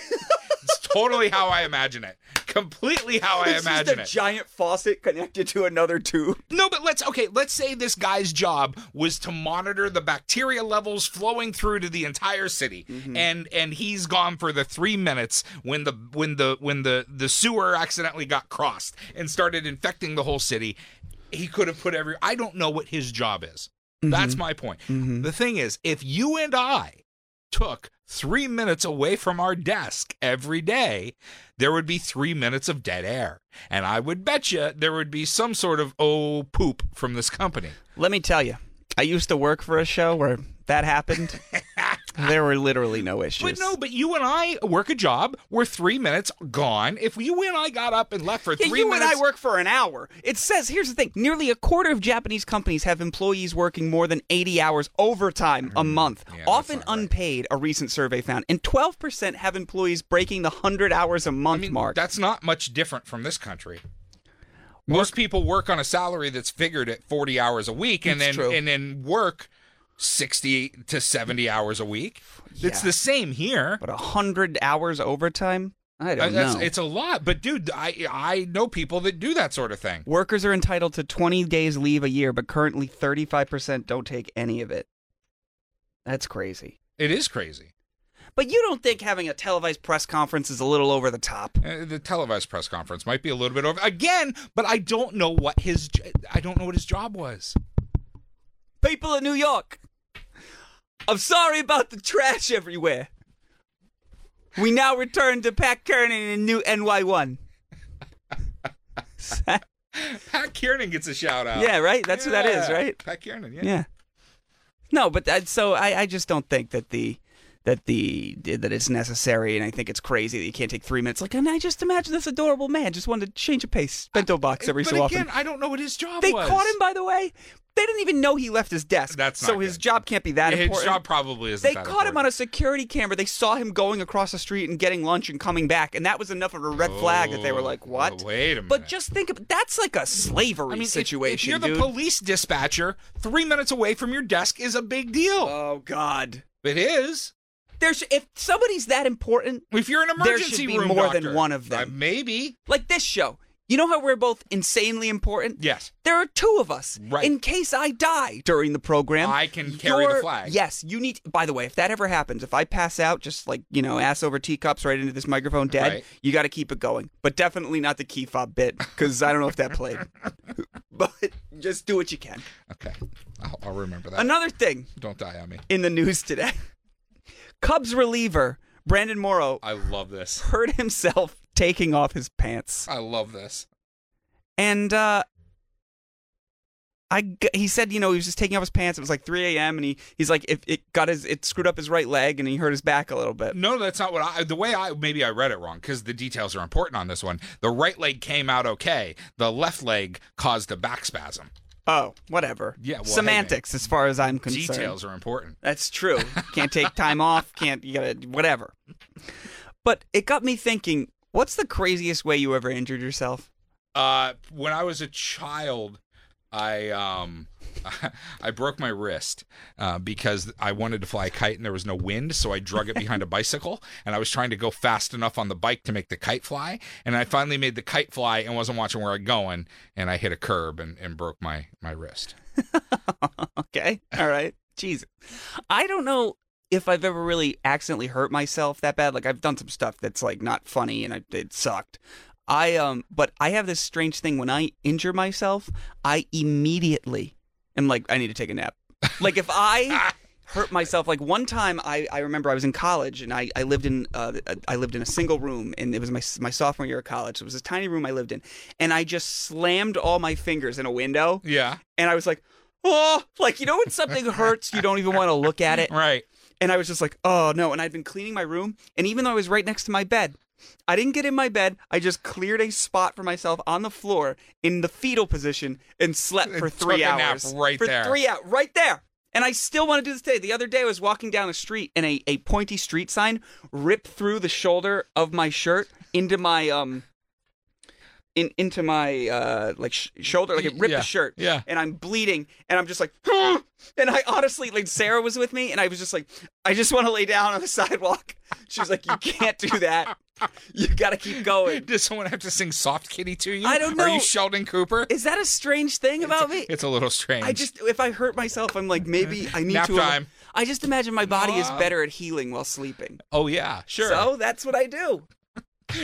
it's totally how I imagine it. Completely how I it's just imagine a it. giant faucet connected to another tube. No, but let's okay, let's say this guy's job was to monitor the bacteria levels flowing through to the entire city. And and he's gone for the 3 minutes when the when the when the the sewer accidentally got crossed and started infecting the whole city. He could have put every I don't know what his job is. That's my point. The thing is, if you and I took 3 minutes away from our desk every day, there would be 3 minutes of dead air. And I would bet you there would be some sort of oh poop from this company. Let me tell you, I used to work for a show where that happened. there were literally no issues. But no, but you and I work a job. We're three minutes gone. If you and I got up and left for Yeah, three you minutes, and I work for an hour. It says, here's the thing nearly a quarter of Japanese companies have employees working more than 80 hours overtime a Mm, month, often unpaid, a recent survey found. And 12% have employees breaking the 100 hours a month mark. that's not much different from this country. Most people work on a salary that's figured at forty hours a week, and It's then true. and then work sixty to seventy hours a week. It's Yeah. the same here. But 100 hours overtime? I Uh, don't that's- know. It's a lot, but dude, I I know people that do that sort of thing. Workers are entitled to 20 days leave a year, but currently 35% don't take any of it. That's crazy. It is crazy. But you don't think having a televised press conference is a little over the top? Uh, the televised press conference might be a little bit over again, but I don't know what his j- I don't know what his job was. people of New York. I'm sorry about the trash everywhere. We now return to Pat Kernan in new NY1. Pat Kiernan gets a shout out. Yeah, right? That's who that is, Yeah. right? Pat Kiernan. Yeah. Yeah. No, but that, so I, I just don't think that the that the that it's necessary, and I think it's crazy that you can't take three minutes. Like, and I just imagine this adorable man just wanted to change a pace bento box every but so again, often. I don't know what his job they was. caught him, by the way. They didn't even know he left his desk. That's so not his job can't be that his important. job probably isn't. They that caught him on a security camera. They saw him going across the street and getting lunch and coming back, and that was enough of a red flag that they were like, "What?" Oh, wait a minute. But just think, of, that's like a slavery I mean, if- situation, If, you're dude. the police dispatcher, three minutes away from your desk is a big deal. Oh God, it is. There's if somebody's that important, if you're an there emergency should be room more doctor. uh, than one of them. maybe like this show. You know how we're both insanely important. Yes. There are two of us. Right. In case I die during the program, I can carry the you're- flag. Yes, you need. By the way, if that ever happens, if I pass out, just like you know, ass over teacups right into this microphone, dead. Right. You got to keep it going, but definitely not the key fob bit because I don't know if that played. but just do what you can. Okay, I'll, I'll remember that. Another thing Don't die on me. in the news today: Cubs reliever Brandon Morrow I love this. hurt himself taking off his pants. I love this. and uh I g- he said you know he was just taking off his pants. It was like 3 a.m. and he he's like if it got his it screwed up his right leg and he hurt his back a little bit. No, that's not what I. The way I maybe I read it wrong because the details are important on this one. The right leg came out okay. The left leg caused a back spasm. Oh, whatever. Yeah, well, hey, man. semantics as far as I'm concerned. Details are important. That's true. Can't take time off. Can't you gotta whatever. But it got me thinking. What's the craziest way you ever injured yourself? Uh, when I was a child, I um, I broke my wrist uh, because I wanted to fly a kite and there was no wind, so I drug it behind a bicycle and I was trying to go fast enough on the bike to make the kite fly, and I finally made the kite fly and wasn't watching where I was going, and I hit a curb and, and broke my my wrist. Okay. All right. Jesus. I don't know if I've ever really accidentally hurt myself that bad. Like I've done some stuff that's like not funny and I, it sucked. I um but I have this strange thing when I injure myself, I immediately am like I need to take a nap. Like if I hurt myself like one time I, I remember I was in college and I, I lived in uh, I lived in a single room and it was my my sophomore year of college. So it was a tiny room I lived in and I just slammed all my fingers in a window Yeah, and I was like, oh, like you know when something hurts, you don't even want to look at it. right. And I was just like, oh no. And I'd been cleaning my room, and even though I was right next to my bed, I didn't get in my bed. I just cleared a spot for myself on the floor in the fetal position and slept for Took three a nap hours. right for there. Three out right there. And I still want to do this today. The other day, I was walking down the street, and a, a pointy street sign ripped through the shoulder of my shirt into my um in into my uh like sh- shoulder like it ripped Yeah, the shirt yeah. and i'm bleeding and i'm just like "Huh!" and i honestly like sarah was with me and i was just like i just want to lay down on the sidewalk she was like you can't do that you gotta keep going Does someone have to sing "Soft Kitty" to you? I don't Are know. you Sheldon Cooper? is that a strange thing about me It's a little strange. i just if i hurt myself i'm like maybe i need Nap to time. i just imagine my body is Mom. better at healing while sleeping Oh yeah, sure. so that's what i do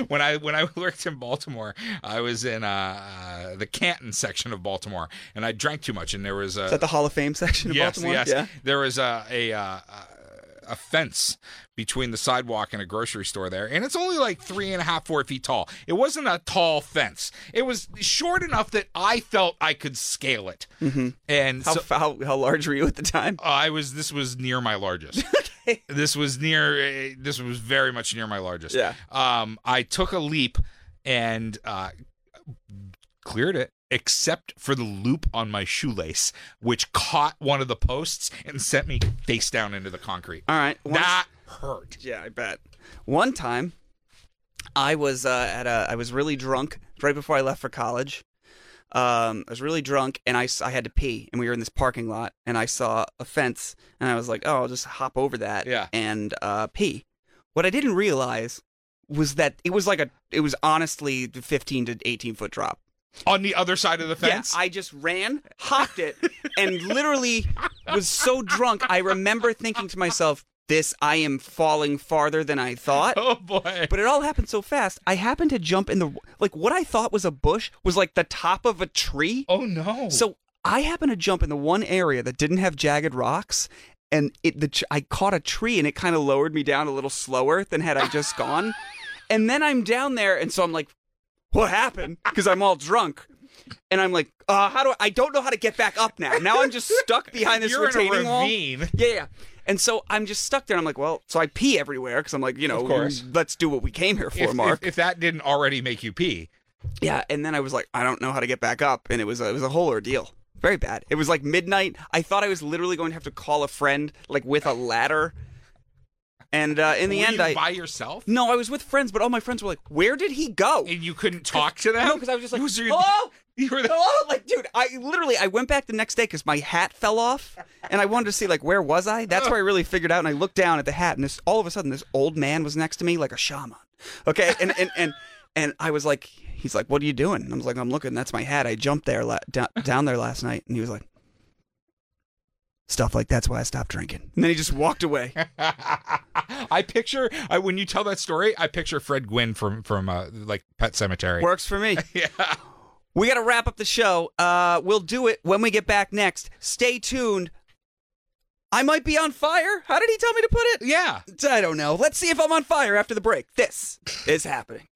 when I when I worked in Baltimore, I was in uh, uh, the Canton section of Baltimore, and I drank too much, and there was a is that the hall of fame section of yes, baltimore yes, yeah there was a a. Uh, a fence between the sidewalk and a grocery store there, and it's only like three and a half, four feet tall. It wasn't a tall fence. It was short enough that I felt I could scale it. And Mm-hmm. how, so, Uh, f how, how large were you at the time I was. This was near my largest. This was near. Uh, this was very much near my largest. Yeah. Um, I took a leap and uh, cleared it, except for the loop on my shoelace, which caught one of the posts and sent me face down into the concrete. all right Uh, once- that hurt. Yeah, I bet. One time, I was uh, at a, I was really drunk right before I left for college. Um, I was really drunk and I, s- I had to pee and we were in this parking lot and I saw a fence and I was like, oh, I'll just hop over that Yeah. and uh, pee. What I didn't realize was that it was like a, it was honestly 15 to 18 foot drop. On the other side of the fence. Yeah, I just ran, hopped it, and literally was so drunk. I remember thinking to myself, this, I am falling farther than I thought. oh boy. But it all happened so fast. I happened to jump in the, like, what I thought was a bush was like the top of a tree. oh no. So I happened to jump in the one area that didn't have jagged rocks, and it the ch- I caught a tree and it kind of lowered me down a little slower than had I just gone. And then I'm down there, and so I'm like, "What happened?" Because I'm all drunk, and I'm like, uh, "How do I? I don't know how to get back up now. Now I'm just stuck behind this You're in a retaining wall." ravine. Yeah, yeah. And so I'm just stuck there. And I'm like, "Well," so I pee everywhere because I'm like, you know, Of course. let's do what we came here for, If- if- Mark. if that didn't already make you pee, Yeah, and then I was like, I don't know how to get back up, and it was a, it was a whole ordeal. Very bad. It was like midnight. I thought I was literally going to have to call a friend, like with a ladder. And uh, in the Were end, you I by yourself. no, I was with friends, but all my friends were like, "Where did he go?" And you couldn't talk to them. No, because I was just like, "Oh!" "Hello." You were Hello? Like, dude, I literally I went back the next day because my hat fell off, and I wanted to see like where was I. That's where I really figured out. And I looked down at the hat, and this all of a sudden this old man was next to me like a shaman. Okay, and and and and I was like, he's like, "What are you doing?" And I was like, "I'm looking. That's my hat. I jumped there la- down, down there last night." And he was like, "Stuff like that's why I stopped drinking." And then he just walked away. I picture I, when you tell that story, I picture Fred Gwynn from from uh, like Pet Cemetery. Works for me. yeah. We got to wrap up the show. Uh, we'll do it when we get back next. Stay tuned. I might be on fire. How did he tell me to put it? Yeah. I don't know. Let's see if I'm on fire after the break. This is happening.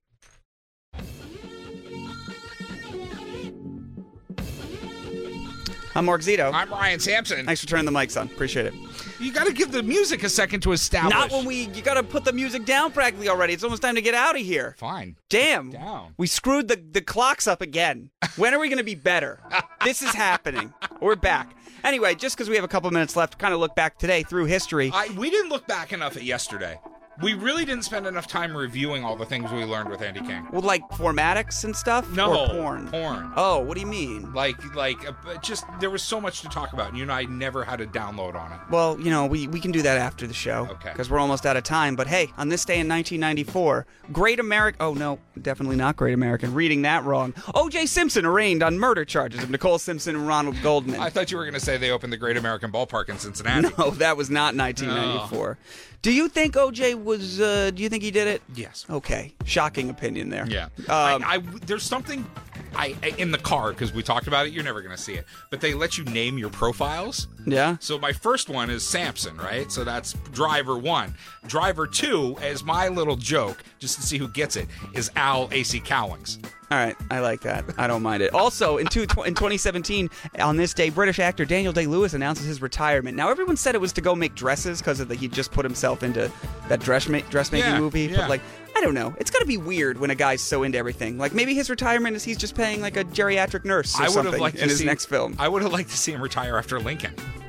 I'm Mark Zito. I'm Ryan Sampson. Thanks for turning the mics on. Appreciate it. You got to give the music a second to establish. Not when we you got to put the music down practically already. It's almost time to get out of here. Fine. Damn. Down. We screwed the, the clocks up again. When are we going to be better? this is happening. We're back. Anyway, just because we have a couple minutes left, kind of look back today through history. I, we didn't look back enough at yesterday. We really didn't spend enough time reviewing all the things we learned with Andy King. Well, like formatics and stuff? No, Or porn? Porn. Oh, what do you mean? Like, like, uh, but just there was so much to talk about, and you and I never had a download on it. Well, you know, we, we can do that after the show. Okay. Because we're almost out of time. But hey, on this day in 1994, Great American. Oh, no, definitely not Great American. Reading that wrong. O.J. Simpson arraigned on murder charges of Nicole Simpson and Ronald Goldman. I thought you were going to say they opened the Great American Ballpark in Cincinnati. No, Oh, that was not 1994. Oh. Do you think OJ was? Uh, do you think he did it? Yes. Okay. Shocking opinion there. Um, Yeah. I, I- there's something I, I- in the car because we talked about it. You're never going to see it, but they let you name your profiles. Yeah. So my first one is Samson, right? So that's driver one. Driver two, as my little joke, just to see who gets it, is Al AC Cowlings. All right, I like that. I don't mind it. Also, in, two, in 2017, on this day, British actor Daniel Day Lewis announces his retirement. Now, everyone said it was to go make dresses because of the he just put himself into that dressma- dressmaking Yeah, movie. yeah. But like, I don't know. It's got to be weird when a guy's so into everything. Like maybe his retirement is he's just paying like a geriatric nurse or I would have something liked to in his see, next film. I would have liked to see him retire after Lincoln.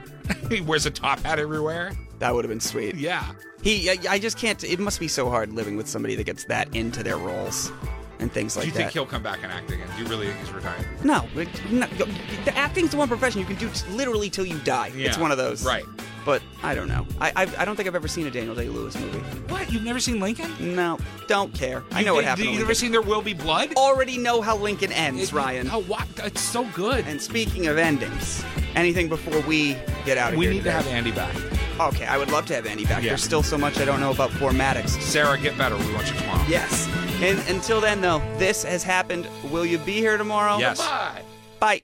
he wears a top hat everywhere. That would have been sweet. Yeah. He, I, I just can't. It must be so hard living with somebody that gets that into their roles and things like Do you that. think he'll come back and act again? Do you really think he's retired? No, it, no, the acting's the one profession you can do t- literally till you die. It's Yeah, one of those. right. But I don't know. I, I I don't think I've ever seen a Daniel Day Lewis movie. What? You've never seen Lincoln? No, don't care. I You- know what you- happened. to You've never Lincoln. seen There Will Be Blood? Already know how Lincoln ends, It- Ryan. Oh, what? It's so good. And speaking of endings, anything before we get out of We here? need to today? have Andy back. Okay, I would love to have Andy back. Yeah. There's still so much I don't know about formatics. Sarah, get better. We want you tomorrow. Yes. And until then, though, this has happened. Will you be here tomorrow? Yes. Bye.